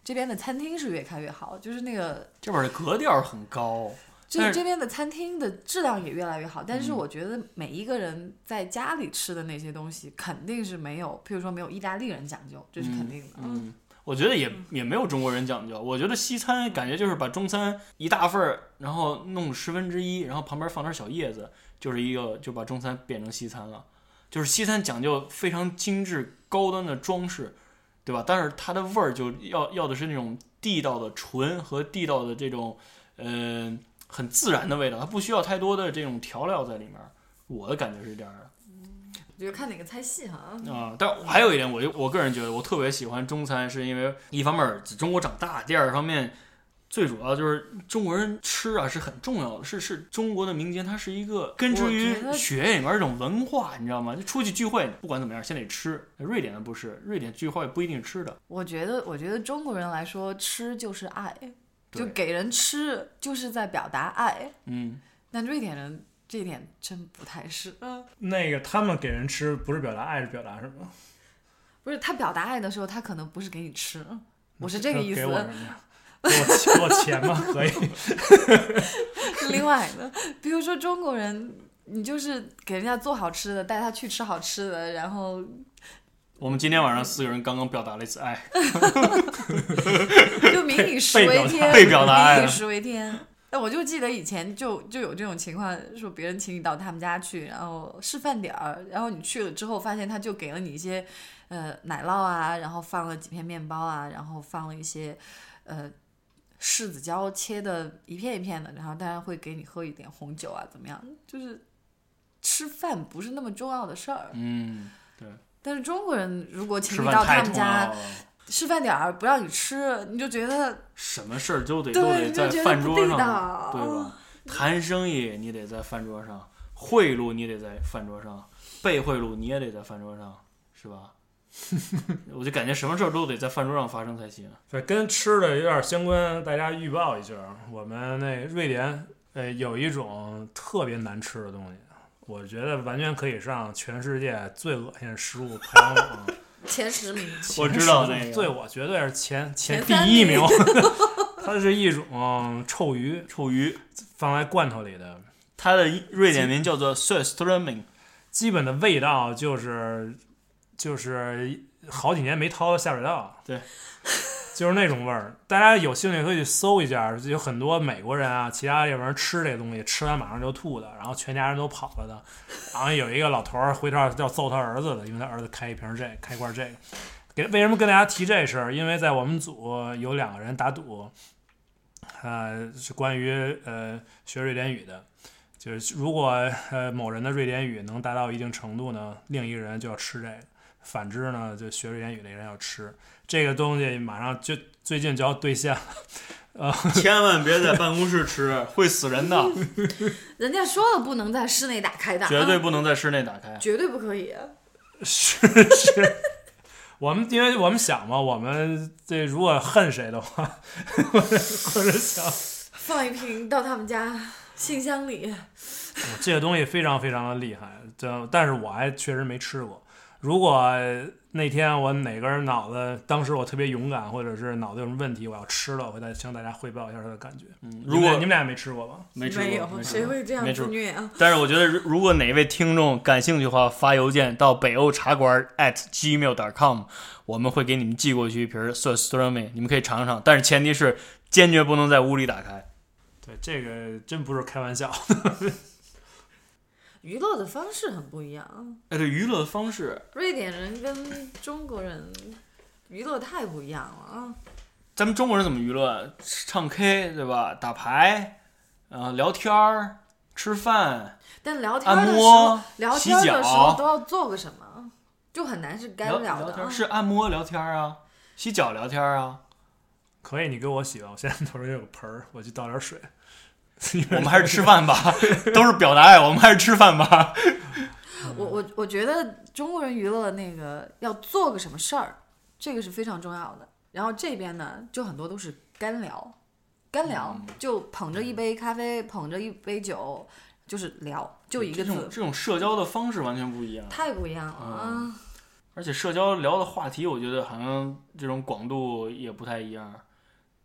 Speaker 2: 这边的餐厅是越开越好，就是那个
Speaker 1: 这边的格调很高，但
Speaker 2: 就是这边的餐厅的质量也越来越好，但是我觉得每一个人在家里吃的那些东西肯定是没有，譬如说没有意大利人讲究，这是肯定的。
Speaker 1: 嗯，我觉得也也没有中国人讲究。我觉得西餐感觉就是把中餐一大份儿，然后弄十分之一，然后旁边放点小叶子，就是一个就把中餐变成西餐了。就是西餐讲究非常精致高端的装饰，对吧？但是它的味儿就要要的是那种地道的纯和地道的这种，嗯、很自然的味道，它不需要太多的这种调料在里面儿。我的感觉是这样的。
Speaker 2: 就看哪个菜系哈。
Speaker 1: 啊、但我还有一点，我就我个人觉得，我特别喜欢中餐，是因为一方面儿在中国长大，第二方面最主要就是中国人吃啊是很重要的，是是中国的民间，它是一个根植于
Speaker 2: 我觉得
Speaker 1: 血液里面儿一种文化，你知道吗？就出去聚会，不管怎么样，先得吃。瑞典的不是，瑞典聚会不一定吃的，
Speaker 2: 我觉得，我觉得中国人来说，吃就是爱，
Speaker 1: 对
Speaker 2: 就给人吃就是在表达爱。
Speaker 1: 嗯，
Speaker 2: 但瑞典人这一点真不太是，
Speaker 3: 那个他们给人吃不是表达爱，是表达什么？
Speaker 2: 不是他表达爱的时候，他可能不是给你吃，我是这个意
Speaker 3: 给我
Speaker 2: 思。
Speaker 3: 什么呀？给我钱给我钱吗？可以。
Speaker 2: 是 [laughs] 另外的，比如说中国人，你就是给人家做好吃的，带他去吃好吃的，然后
Speaker 1: 我们今天晚上四个人刚刚表达了一次爱，
Speaker 2: 就民以食为天，
Speaker 1: 被被表达爱了
Speaker 2: 民以食为天。那我就记得以前就就有这种情况，说别人请你到他们家去，然后是饭点儿，然后你去了之后，发现他就给了你一些，呃，奶酪啊，然后放了几片面包啊，然后放了一些，呃，柿子椒切的一片一片的，然后当然会给你喝一点红酒啊，怎么样？就是吃饭不是那么重要的事儿。
Speaker 1: 嗯，
Speaker 2: 但是中国人如果请
Speaker 1: 吃
Speaker 2: 你
Speaker 1: 饭
Speaker 2: 到
Speaker 1: 太
Speaker 2: 他们
Speaker 1: 重要
Speaker 2: 家
Speaker 1: 了，
Speaker 2: 吃饭点儿不让你吃，你就觉得
Speaker 1: 什么事儿都得都
Speaker 2: 对，
Speaker 1: 得
Speaker 2: 你
Speaker 1: 在
Speaker 2: 就觉得
Speaker 1: 饭
Speaker 2: 不
Speaker 1: 桌
Speaker 2: 地
Speaker 1: 上。
Speaker 2: 道，
Speaker 1: 对吧？谈生意你得在饭桌上，贿赂你得在饭桌上，被贿赂你也得在饭桌上，是吧？ [laughs] 我就感觉什么事儿都得在饭桌上发生才行。
Speaker 3: 对，跟吃的有点相关，大家预报一句儿，我们那瑞典，呃，有一种特别难吃的东西，我觉得完全可以上全世界最恶心的食物排行榜。
Speaker 2: 前十名，
Speaker 1: [laughs] 我知道那
Speaker 3: 对，
Speaker 1: 个
Speaker 3: 我绝对是前前
Speaker 2: 前
Speaker 3: 第
Speaker 2: 三
Speaker 3: 一名
Speaker 2: 名。 [laughs]
Speaker 3: 它是一种臭鱼，
Speaker 1: 臭鱼，
Speaker 3: 放在罐头里的，
Speaker 1: 它的瑞典名叫做 s ö s t r ö m i [laughs] n
Speaker 3: 基本的味道就是就是好几年没掏下水道，
Speaker 1: 对，
Speaker 3: 就是那种味儿。大家有兴趣可以去搜一下，有很多美国人啊，其他地方人吃这东西，吃完马上就吐的，然后全家人都跑了的。然后有一个老头儿回头要揍他儿子的，因为他儿子开一瓶这，开一罐这个。给为什么跟大家提这事儿？因为在我们组有两个人打赌，呃，是关于呃学瑞典语的，就是如果呃某人的瑞典语能达到一定程度呢，另一个人就要吃这个；反之呢，就学瑞典语那人要吃这个东西，马上就最近就要兑现了。 [laughs]
Speaker 1: 千万别在办公室吃，会死人
Speaker 2: [laughs]
Speaker 1: 的，
Speaker 2: 人家说了不能在室内打开的，
Speaker 1: 绝对
Speaker 2: 啊
Speaker 1: 不能在室内打开。
Speaker 2: 绝对不可以。
Speaker 3: 是是，我们因为我们想嘛，我们这如果恨谁的话， [laughs] 或者想
Speaker 2: 放一瓶到他们家信箱里，
Speaker 3: 这个东西非常非常的厉害，这但是我还确实没吃过。如果那天我哪根脑子当时我特别勇敢，或者是脑子有什么问题，我要吃了，我会再向大家汇报一下它的感觉。
Speaker 1: 嗯，
Speaker 3: 你
Speaker 1: 如
Speaker 3: 们
Speaker 1: 果
Speaker 3: 俩你们俩也没吃过吧？
Speaker 1: 没吃过，
Speaker 2: 没
Speaker 1: 没
Speaker 2: 有，
Speaker 1: 吃
Speaker 2: 谁
Speaker 1: 过
Speaker 2: 会这样
Speaker 1: 没吃
Speaker 2: 自
Speaker 1: 过
Speaker 2: 虐啊？
Speaker 1: 但是我觉得，如如果哪一位听众感兴趣的话，发邮件到北欧茶馆 at gmail.com，我们会给你们寄过去一瓶 s t r o m i 你们可以尝尝，但是前提是坚决不能在屋里打开。
Speaker 3: 对，这个真不是开玩笑。
Speaker 2: 娱乐的方式很不一样啊，
Speaker 1: 哎，对，娱乐的方式，
Speaker 2: 瑞典人跟中国人娱乐太不一样了啊。
Speaker 1: 咱们中国人怎么娱乐？啊唱 K 对吧？打牌，呃，聊天儿，吃饭，
Speaker 2: 但聊天
Speaker 1: 按
Speaker 2: 的时候
Speaker 1: 摩，，
Speaker 2: 聊
Speaker 1: 洗
Speaker 2: 天的时候
Speaker 1: 脚
Speaker 2: 都要做个什么，就很难是
Speaker 1: 聊
Speaker 2: 干
Speaker 1: 聊
Speaker 2: 的
Speaker 1: 天
Speaker 2: 啊
Speaker 1: 儿。是按摩聊天儿啊，洗脚聊天儿 [laughs] 啊。
Speaker 3: 可以，你给我洗吧，我现在头上有个盆儿，我去倒点水。
Speaker 1: 我们还是吃饭吧， [laughs] 都是表达爱，我们还是吃饭吧。
Speaker 2: 我我我觉得中国人娱乐那个要做个什么事儿，这个是非常重要的。然后这边呢，就很多都是干聊，干聊、
Speaker 1: 嗯
Speaker 2: 就捧着一杯咖啡，捧着一杯酒，就是聊，就一个
Speaker 1: 这种嗯
Speaker 2: 字，
Speaker 1: 这种社交的方式完全不一样。
Speaker 2: 太不一样了啊！
Speaker 1: 而且社交聊的话题，我觉得好像这种广度也不太一样。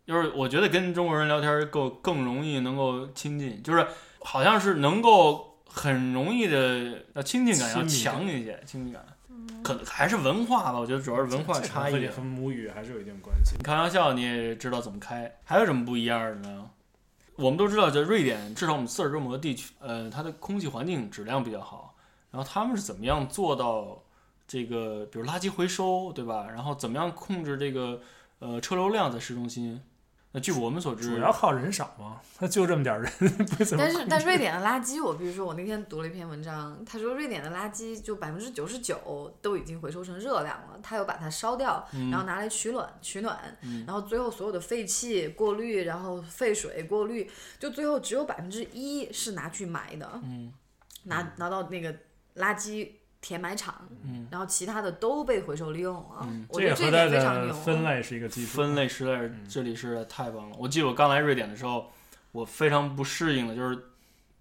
Speaker 1: 就是我觉得跟中国人聊天够更容易能够亲近，就是好像是能够很容易的呃亲近感要
Speaker 3: 亲密
Speaker 1: 强一些，亲密感。可能还是文化吧，我觉得主要是文化差
Speaker 3: 这
Speaker 1: 异啊
Speaker 3: 个。和母语还是有一定关系。
Speaker 1: 你开玩笑你也知道怎么开，还有什么不一样的呢？我们都知道，这瑞典至少我们斯德哥尔摩地区，呃，它的空气环境质量比较好。然后他们是怎么样做到这个，比如垃圾回收，对吧？然后怎么样控制这个呃车流量在市中心？那据我们所
Speaker 3: 主
Speaker 1: 知
Speaker 3: 要，靠人少嘛，他就这么点儿人，不怎么
Speaker 2: 但是但瑞典的垃圾，我比如说我那天读了一篇文章，他说瑞典的垃圾就百分之九十九都已经回收成热量了，他又把它烧掉，
Speaker 1: 嗯
Speaker 2: 然后拿来取暖，取暖，
Speaker 1: 嗯
Speaker 2: 然后最后所有的废气过滤，然后废水过滤，就最后只有百分之一是拿去埋的，
Speaker 1: 嗯
Speaker 2: 拿拿到那个垃圾填埋场，
Speaker 1: 嗯，
Speaker 2: 然后其他的都被回收利用了。
Speaker 1: 嗯
Speaker 2: 我觉
Speaker 3: 也
Speaker 2: 得这
Speaker 3: 和
Speaker 2: 一
Speaker 3: 它
Speaker 2: 点非常
Speaker 3: 的
Speaker 2: 牛。嗯
Speaker 3: 分类是一个基嗯础。
Speaker 1: 分类实在是这里是太棒了。我记得我刚来瑞典的时候，我非常不适应的就是。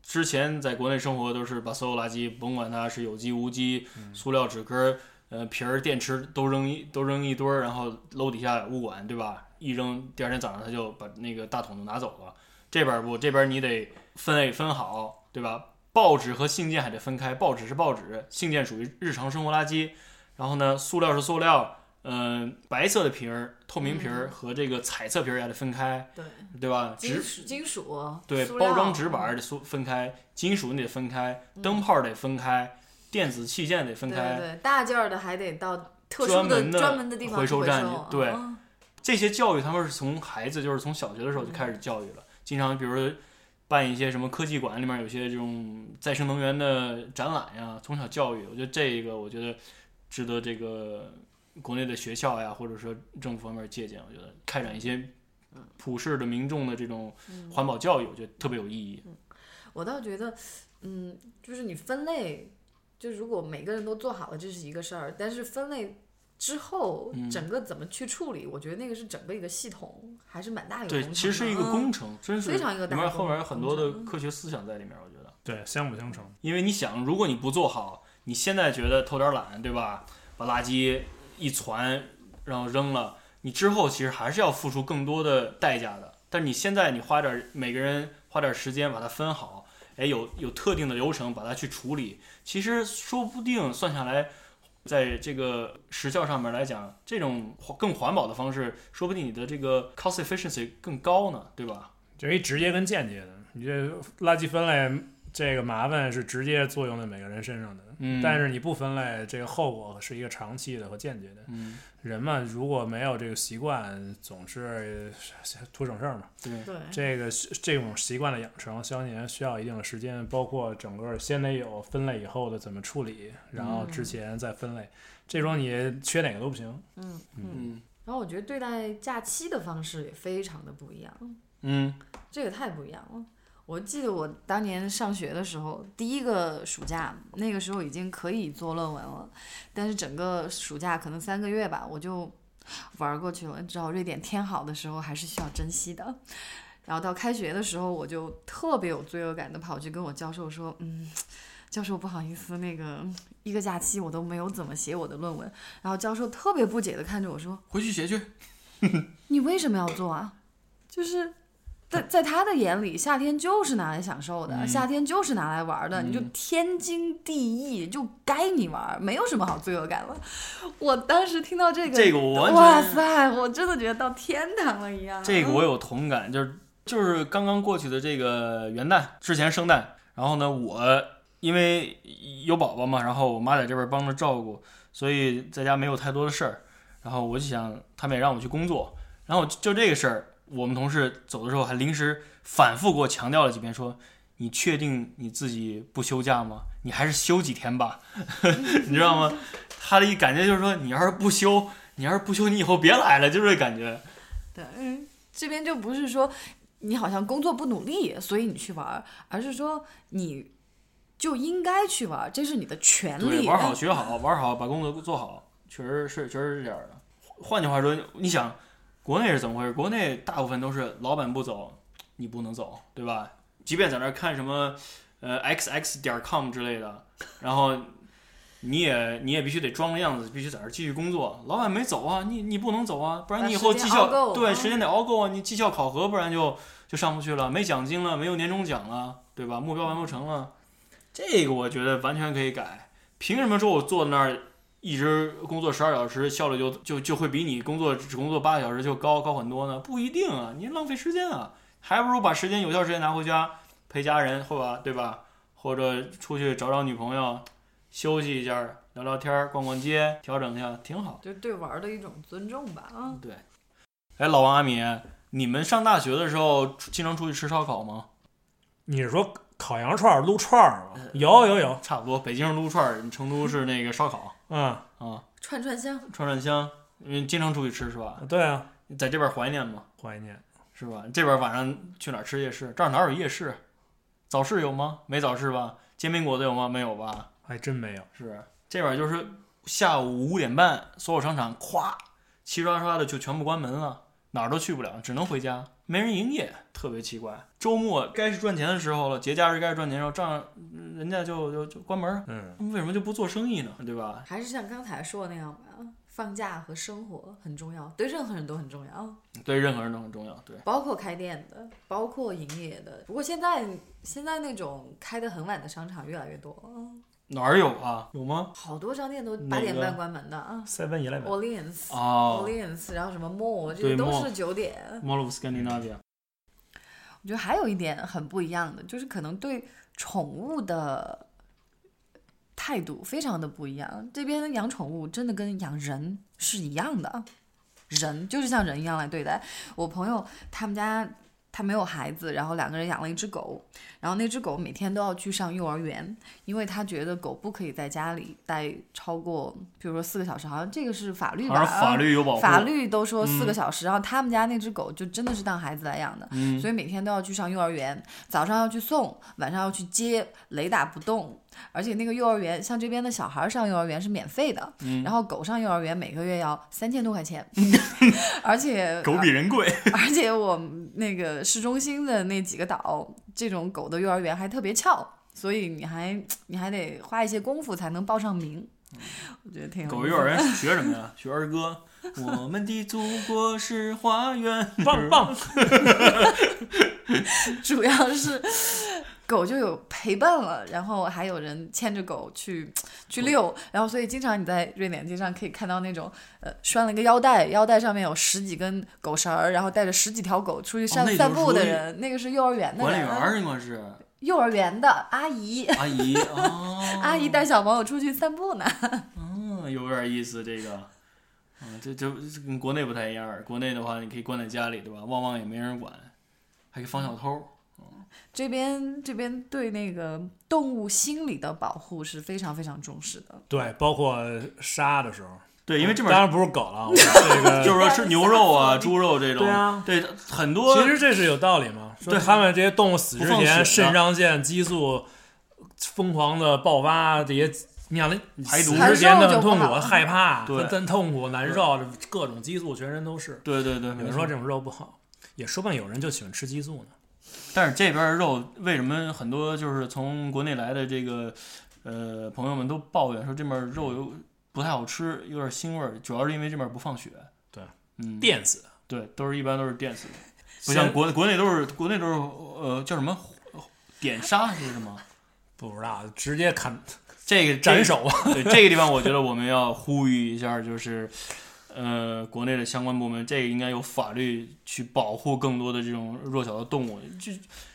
Speaker 1: 之前在国内生活都是把所有垃圾，甭管它是有机无机、
Speaker 3: 嗯
Speaker 1: 塑料纸壳、呃皮儿、电池都扔一都扔一堆儿，然后楼底下物管对吧？一扔，第二天早上他就把那个大桶就拿走了。这边儿不，这边儿你得分类分好，对吧？报纸和信件还得分开，报纸是报纸，信件属于日常生活垃圾。然后呢，塑料是塑料，嗯、白色的瓶儿、透明瓶儿和这个彩色瓶儿也得分开，
Speaker 2: 对，
Speaker 1: 对吧？
Speaker 2: 嗯金
Speaker 1: 纸
Speaker 2: 属、金属、
Speaker 1: 啊对，
Speaker 2: 塑
Speaker 1: 包装
Speaker 2: 料啊嗯
Speaker 1: 纸板儿得分分开，金属你得分开，灯泡儿得分开，电子器件得分
Speaker 2: 对
Speaker 1: 开，
Speaker 2: 对对，大件儿的还得到特殊
Speaker 1: 专门的
Speaker 2: 专门的地方
Speaker 1: 回
Speaker 2: 去
Speaker 1: 收
Speaker 2: 回
Speaker 1: 站
Speaker 2: 收
Speaker 1: 去
Speaker 2: 啊
Speaker 1: 对这些教育他们是从孩子，就是从小学的时候就开
Speaker 2: 嗯
Speaker 1: 始教育了。经常比如说办一些什么科技馆里面有些这种再生能源的展览呀，从小教育，我觉得这个我觉得值得这个国内的学校呀，或者说政府方面借鉴。我觉得开展一些
Speaker 2: 嗯
Speaker 1: 普世的民众的这种环保教育，我觉得特别有意义。
Speaker 2: 嗯我倒觉得，嗯，就是你分类，就如果每个人都做好了，这是一个事儿，但是分类之后，
Speaker 1: 嗯
Speaker 2: 整个怎么去处理，我觉得那个是整个一个系统，还是蛮大一个
Speaker 1: 对，
Speaker 2: 工
Speaker 1: 其实
Speaker 2: 程
Speaker 1: 是
Speaker 2: 的
Speaker 1: 一个
Speaker 2: 啊
Speaker 1: 工程，真是
Speaker 2: 非常一个
Speaker 1: 里
Speaker 2: 大
Speaker 1: 面
Speaker 2: 工
Speaker 1: 后面有很多的
Speaker 2: 工程
Speaker 1: 科学思想在里面，我觉得。
Speaker 3: 对，相辅相成。
Speaker 1: 因为你想，如果你不做好，你现在觉得偷点懒，对吧？把垃圾一攒，然后扔了，你之后其实还是要付出更多的代价的。但是你现在你花点每个人花点时间把它分好，哎，有有特定的流程把它去处理，其实说不定算下来，在这个时效上面来讲，这种更环保的方式，说不定你的这个 cost efficiency 更高呢，对吧？
Speaker 3: 就是一直接跟间接的，你这垃圾分类这个麻烦是直接作用在每个人身上的。
Speaker 1: 嗯，
Speaker 3: 但是你不分类，这个后果是一个长期的和间接的。
Speaker 1: 嗯，
Speaker 3: 人嘛，如果没有这个习惯，总是呃图省事儿嘛。
Speaker 1: 对，
Speaker 2: 对，
Speaker 3: 这个是这种习惯的养成，相信需要一定的时间，包括整个先得有分类以后的怎么处理，然后之前再分类，这种你缺哪个都不行。
Speaker 4: 嗯嗯。
Speaker 1: 嗯
Speaker 4: 然后我觉得对待假期的方式也非常的不一样，
Speaker 1: 嗯
Speaker 4: 这个太不一样了。
Speaker 2: 我记得我当年上学的时候，第一个暑假，那个时候已经可以做论文了，但是整个暑假可能三个月吧，我就玩儿过去了。只好瑞典天好的时候还是需要珍惜的。然后到开学的时候，我就特别有罪恶感的跑去跟我教授说，嗯。教授，不好意思，那个一个假期我都没有怎么写我的论文。然后教授特别不解的看着我说：“
Speaker 1: 回去写去。
Speaker 2: 你为什么要做啊？就是在在他的眼里，夏天就是拿来享受的，
Speaker 1: 嗯
Speaker 2: 夏天就是拿来玩的，
Speaker 1: 嗯
Speaker 2: 你就天经地义，就该你玩，没有什么好罪恶感了。我当时听到这个，
Speaker 1: 这个我完全
Speaker 2: 哇塞，我真的觉得到天堂了一样。啊
Speaker 1: 这个我有同感，就是就是刚刚过去的这个元旦之前圣诞，然后呢，我因为有宝宝嘛，然后我妈在这边帮着照顾，所以在家没有太多的事儿。然后我就想，他们也让我去工作，然后就就这个事儿，我们同事走的时候还临时反复给我强调了几遍，说。你确定你自己不休假吗？你还是休几天吧， [laughs] 你知道吗？他的一感觉就是说，你要是不休，你要是不休，你以后别来了，就是这感觉。
Speaker 2: 对，嗯，这边就不是说你好像工作不努力，所以你去玩儿，而是说你就应该去玩儿，这是你的权
Speaker 1: 对，
Speaker 2: 利。啊
Speaker 1: 玩好学好，玩好把工作做好，确实是确实是这样的。换句话说，你想国内是怎么回事？国内大部分都是老板不走，你不能走，对吧？即便在那儿看什么呃 xx 点 com 之类的，然后你也你也必须得装个样子，必须在那儿继续工作。老板没走啊，你你不能走啊，不然
Speaker 2: 把
Speaker 1: 你以
Speaker 2: 时
Speaker 1: 后
Speaker 2: 间
Speaker 1: 绩
Speaker 2: 熬
Speaker 1: 效
Speaker 2: 够
Speaker 1: 对
Speaker 2: 嗯
Speaker 1: 时间得熬够啊，你绩效考核不然就就上不去了，没奖金了，没有年终奖了，对吧？目标完不成了，这个我觉得完全可以改。凭什么说我坐在那儿一直工作十二小时，效率就就就会比你工作只工作八个小时就高高很多呢？不一定啊，你浪费时间啊，还不如把时间有效时间拿回家陪家人，或吧对吧？或者出去找找女朋友，休息一下，聊聊天儿，逛逛街，调整一下，挺好。
Speaker 4: 就对玩儿的一种尊重吧。
Speaker 2: 嗯
Speaker 4: 啊，
Speaker 1: 对，哎，老王阿敏，你们上大学的时候出经常出去吃烧烤吗？
Speaker 3: 你是说烤羊串儿、撸串儿吗？有有有，
Speaker 1: 差不多，北京是撸串儿，成都是那个烧烤
Speaker 3: 嗯，
Speaker 1: 啊，
Speaker 2: 串串香，
Speaker 1: 串串香，嗯，经常出去吃是吧？
Speaker 3: 对啊，
Speaker 1: 在这边怀念吗？
Speaker 3: 怀念。
Speaker 1: 是吧？这边晚上去哪儿吃夜市？这儿哪有夜市？啊早市有吗？没早市吧？煎饼果子有吗？没有吧？
Speaker 3: 还真没有，
Speaker 1: 是这边就是下午五点半，所有商场咵齐刷刷的就全部关门了，哪儿都去不了，只能回家，没人营业，特别奇怪。周末该是赚钱的时候了，节假日该是赚钱的时候，照样嗯人家就就就关门儿， [laughs]
Speaker 3: 嗯，
Speaker 1: 为什么就不做生意呢？对吧？
Speaker 4: 还是像刚才说的那样吧，放假和生活很重要，对任何人都很重要，
Speaker 1: 对任何人都很重要。对，
Speaker 4: 包括开店的，包括营业的。不过现在现在那种开得很晚的商场越来越多，
Speaker 1: 哪儿有啊？有吗？
Speaker 4: 好多商店都
Speaker 1: 哪
Speaker 4: 八
Speaker 1: 个
Speaker 4: 点半关门的啊。
Speaker 3: seven eleven，
Speaker 4: Orleans、
Speaker 1: 哦
Speaker 4: Orleans，然后什么 mall，这
Speaker 1: 对
Speaker 4: 些都
Speaker 1: mall
Speaker 4: 是九点。
Speaker 1: ，Mall of Scandinavia。
Speaker 2: 我觉得还有一点很不一样的，就是可能对宠物的态度非常的不一样。这边养宠物真的跟养人是一样的，人就是像人一样来对待。我朋友他们家他没有孩子，然后两个人养了一只狗，然后那只狗每天都要去上幼儿园，因为他觉得狗不可以在家里待超过，比如说四个小时，好像这个是法律
Speaker 1: 好
Speaker 2: 吧？啊
Speaker 1: 像法律有保护。
Speaker 2: 法律都说
Speaker 1: 嗯
Speaker 2: 四个小时，然后他们家那只狗就真的是当孩子来养的。
Speaker 1: 嗯，
Speaker 2: 所以每天都要去上幼儿园，早上要去送，晚上要去接，雷打不动。而且那个幼儿园，像这边的小孩儿上幼儿园是免费的，
Speaker 1: 嗯
Speaker 2: 然后狗上幼儿园每个月要三千多块
Speaker 1: [laughs]
Speaker 2: 钱，而且
Speaker 1: 狗比人贵。
Speaker 2: 而且我们那个市中心的那几个岛，这种狗的幼儿园还特别翘，所以你还你还得花一些功夫才能报上名。我觉得挺有
Speaker 1: 嗯狗
Speaker 2: 意思
Speaker 1: 幼儿园学什么呀？学儿歌。 [laughs] 我们的祖国是花园。
Speaker 3: 棒棒，
Speaker 1: [laughs]
Speaker 2: 主要是狗就有陪伴了，然后还有人牵着狗去去遛，然后所以经常你在瑞典街上可以看到那种呃拴了一个腰带，腰带上面有十几根狗绳儿，然后带着十几条狗出去散、
Speaker 1: 哦那种
Speaker 2: 散步
Speaker 1: 属
Speaker 2: 的
Speaker 1: 于
Speaker 2: [laughs] 人，那个是幼儿园的
Speaker 1: 管理
Speaker 2: 人
Speaker 1: 员
Speaker 2: 啊。
Speaker 1: 儿应该是
Speaker 2: 幼儿园的阿姨，，
Speaker 1: 阿姨哦
Speaker 2: 阿姨带小朋友出去散步呢。
Speaker 1: 嗯，有点意思这个，啊，这这这跟国内不太一样儿。国内的话，你可以关在家里，对吧？旺旺也没人管，还可以防小偷儿。
Speaker 2: 这边这边对那个动物心理的保护是非常非常重视的。
Speaker 3: 对，包括杀的时候，
Speaker 1: 对，因为这
Speaker 3: 当
Speaker 1: 边
Speaker 3: 然不是狗了，我这
Speaker 1: [laughs]
Speaker 3: 个
Speaker 1: 就是说吃牛肉啊、猪肉这种，
Speaker 3: 对啊
Speaker 1: 对很多
Speaker 3: 其实这是有道理嘛。说
Speaker 1: 对
Speaker 3: 他们这些动物死之
Speaker 1: 不放血
Speaker 3: 前，
Speaker 1: 的
Speaker 3: 肾上腺激素疯狂的爆发，这些你想那
Speaker 1: 排毒
Speaker 3: 死之
Speaker 2: 难受
Speaker 3: 前都很
Speaker 2: 就不
Speaker 3: 痛
Speaker 2: 好
Speaker 3: 苦，害 [laughs] 怕，
Speaker 1: 对
Speaker 3: 很痛苦、难受，各种激素全身都是。
Speaker 1: 对对对，
Speaker 3: 有
Speaker 1: 没
Speaker 3: 人
Speaker 1: 错
Speaker 3: 说。这种肉不好，也说不定有人就喜欢吃激素呢。
Speaker 1: 但是这边儿肉为什么很多就是从国内来的这个呃朋友们都抱怨说这边儿肉有不太好吃，有点腥味儿，主要是因为这边儿不放血。
Speaker 3: 对，
Speaker 1: 嗯，
Speaker 3: 电死，
Speaker 1: 对，都是一般都是电
Speaker 3: [laughs]
Speaker 1: 死的，不
Speaker 3: 先
Speaker 1: 像国国内都是国内都是呃叫什么点杀是什么？
Speaker 3: 不知道直接砍
Speaker 1: 这个
Speaker 3: 斩。首啊！
Speaker 1: 这个对这个地方，我觉得我们要呼吁一下，就是呃国内的相关部门，这个应该有法律去保护更多的这种弱小的动物，就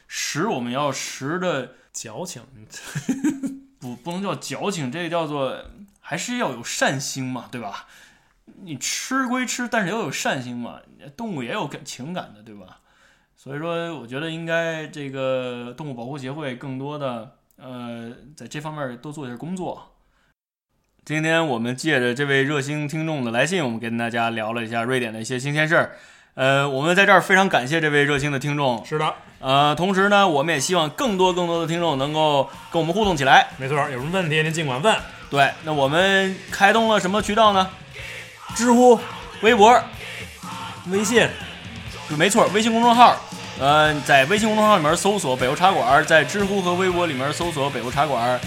Speaker 1: 食我们要食的。
Speaker 3: 矫情，
Speaker 1: 不不能叫矫情，这个叫做还是要有善心嘛，对吧？你吃归吃，但是要有善心嘛，动物也有感情感的，对吧？所以说，我觉得应该这个动物保护协会更多的呃，在这方面多做一些工作。今天我们借着这位热心听众的来信，我们跟大家聊了一下瑞典的一些新鲜事儿。呃，我们在这儿非常感谢这位热心的听众，
Speaker 3: 是的，
Speaker 1: 呃，同时呢，我们也希望更多更多的听众能够跟我们互动起来。
Speaker 3: 没错。有什么问题您尽管问。
Speaker 1: 对，那我们开通了什么渠道呢？
Speaker 3: 知乎、
Speaker 1: 微博，
Speaker 3: 微信，
Speaker 1: 就没错，微信公众号。呃，在微信公众号里面搜索“北欧茶馆”，在知乎和微博里面搜索“北欧茶馆”。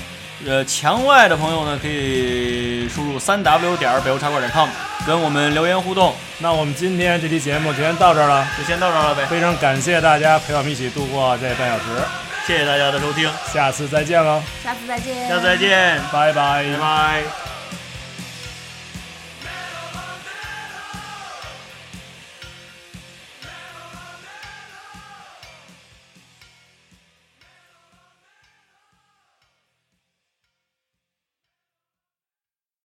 Speaker 1: 呃，墙外的朋友呢，可以输入三 w 点北欧茶馆点 com 跟我们留言互动。
Speaker 3: 那我们今天这期节目就先到这儿了，
Speaker 1: 就先到这儿了呗，
Speaker 3: 非常感谢大家陪我们一起度过这半小时，
Speaker 1: 谢谢大家的收听，
Speaker 3: 下次再见了，
Speaker 2: 下次再见，
Speaker 1: 下次再见，
Speaker 3: 拜拜
Speaker 1: 拜拜。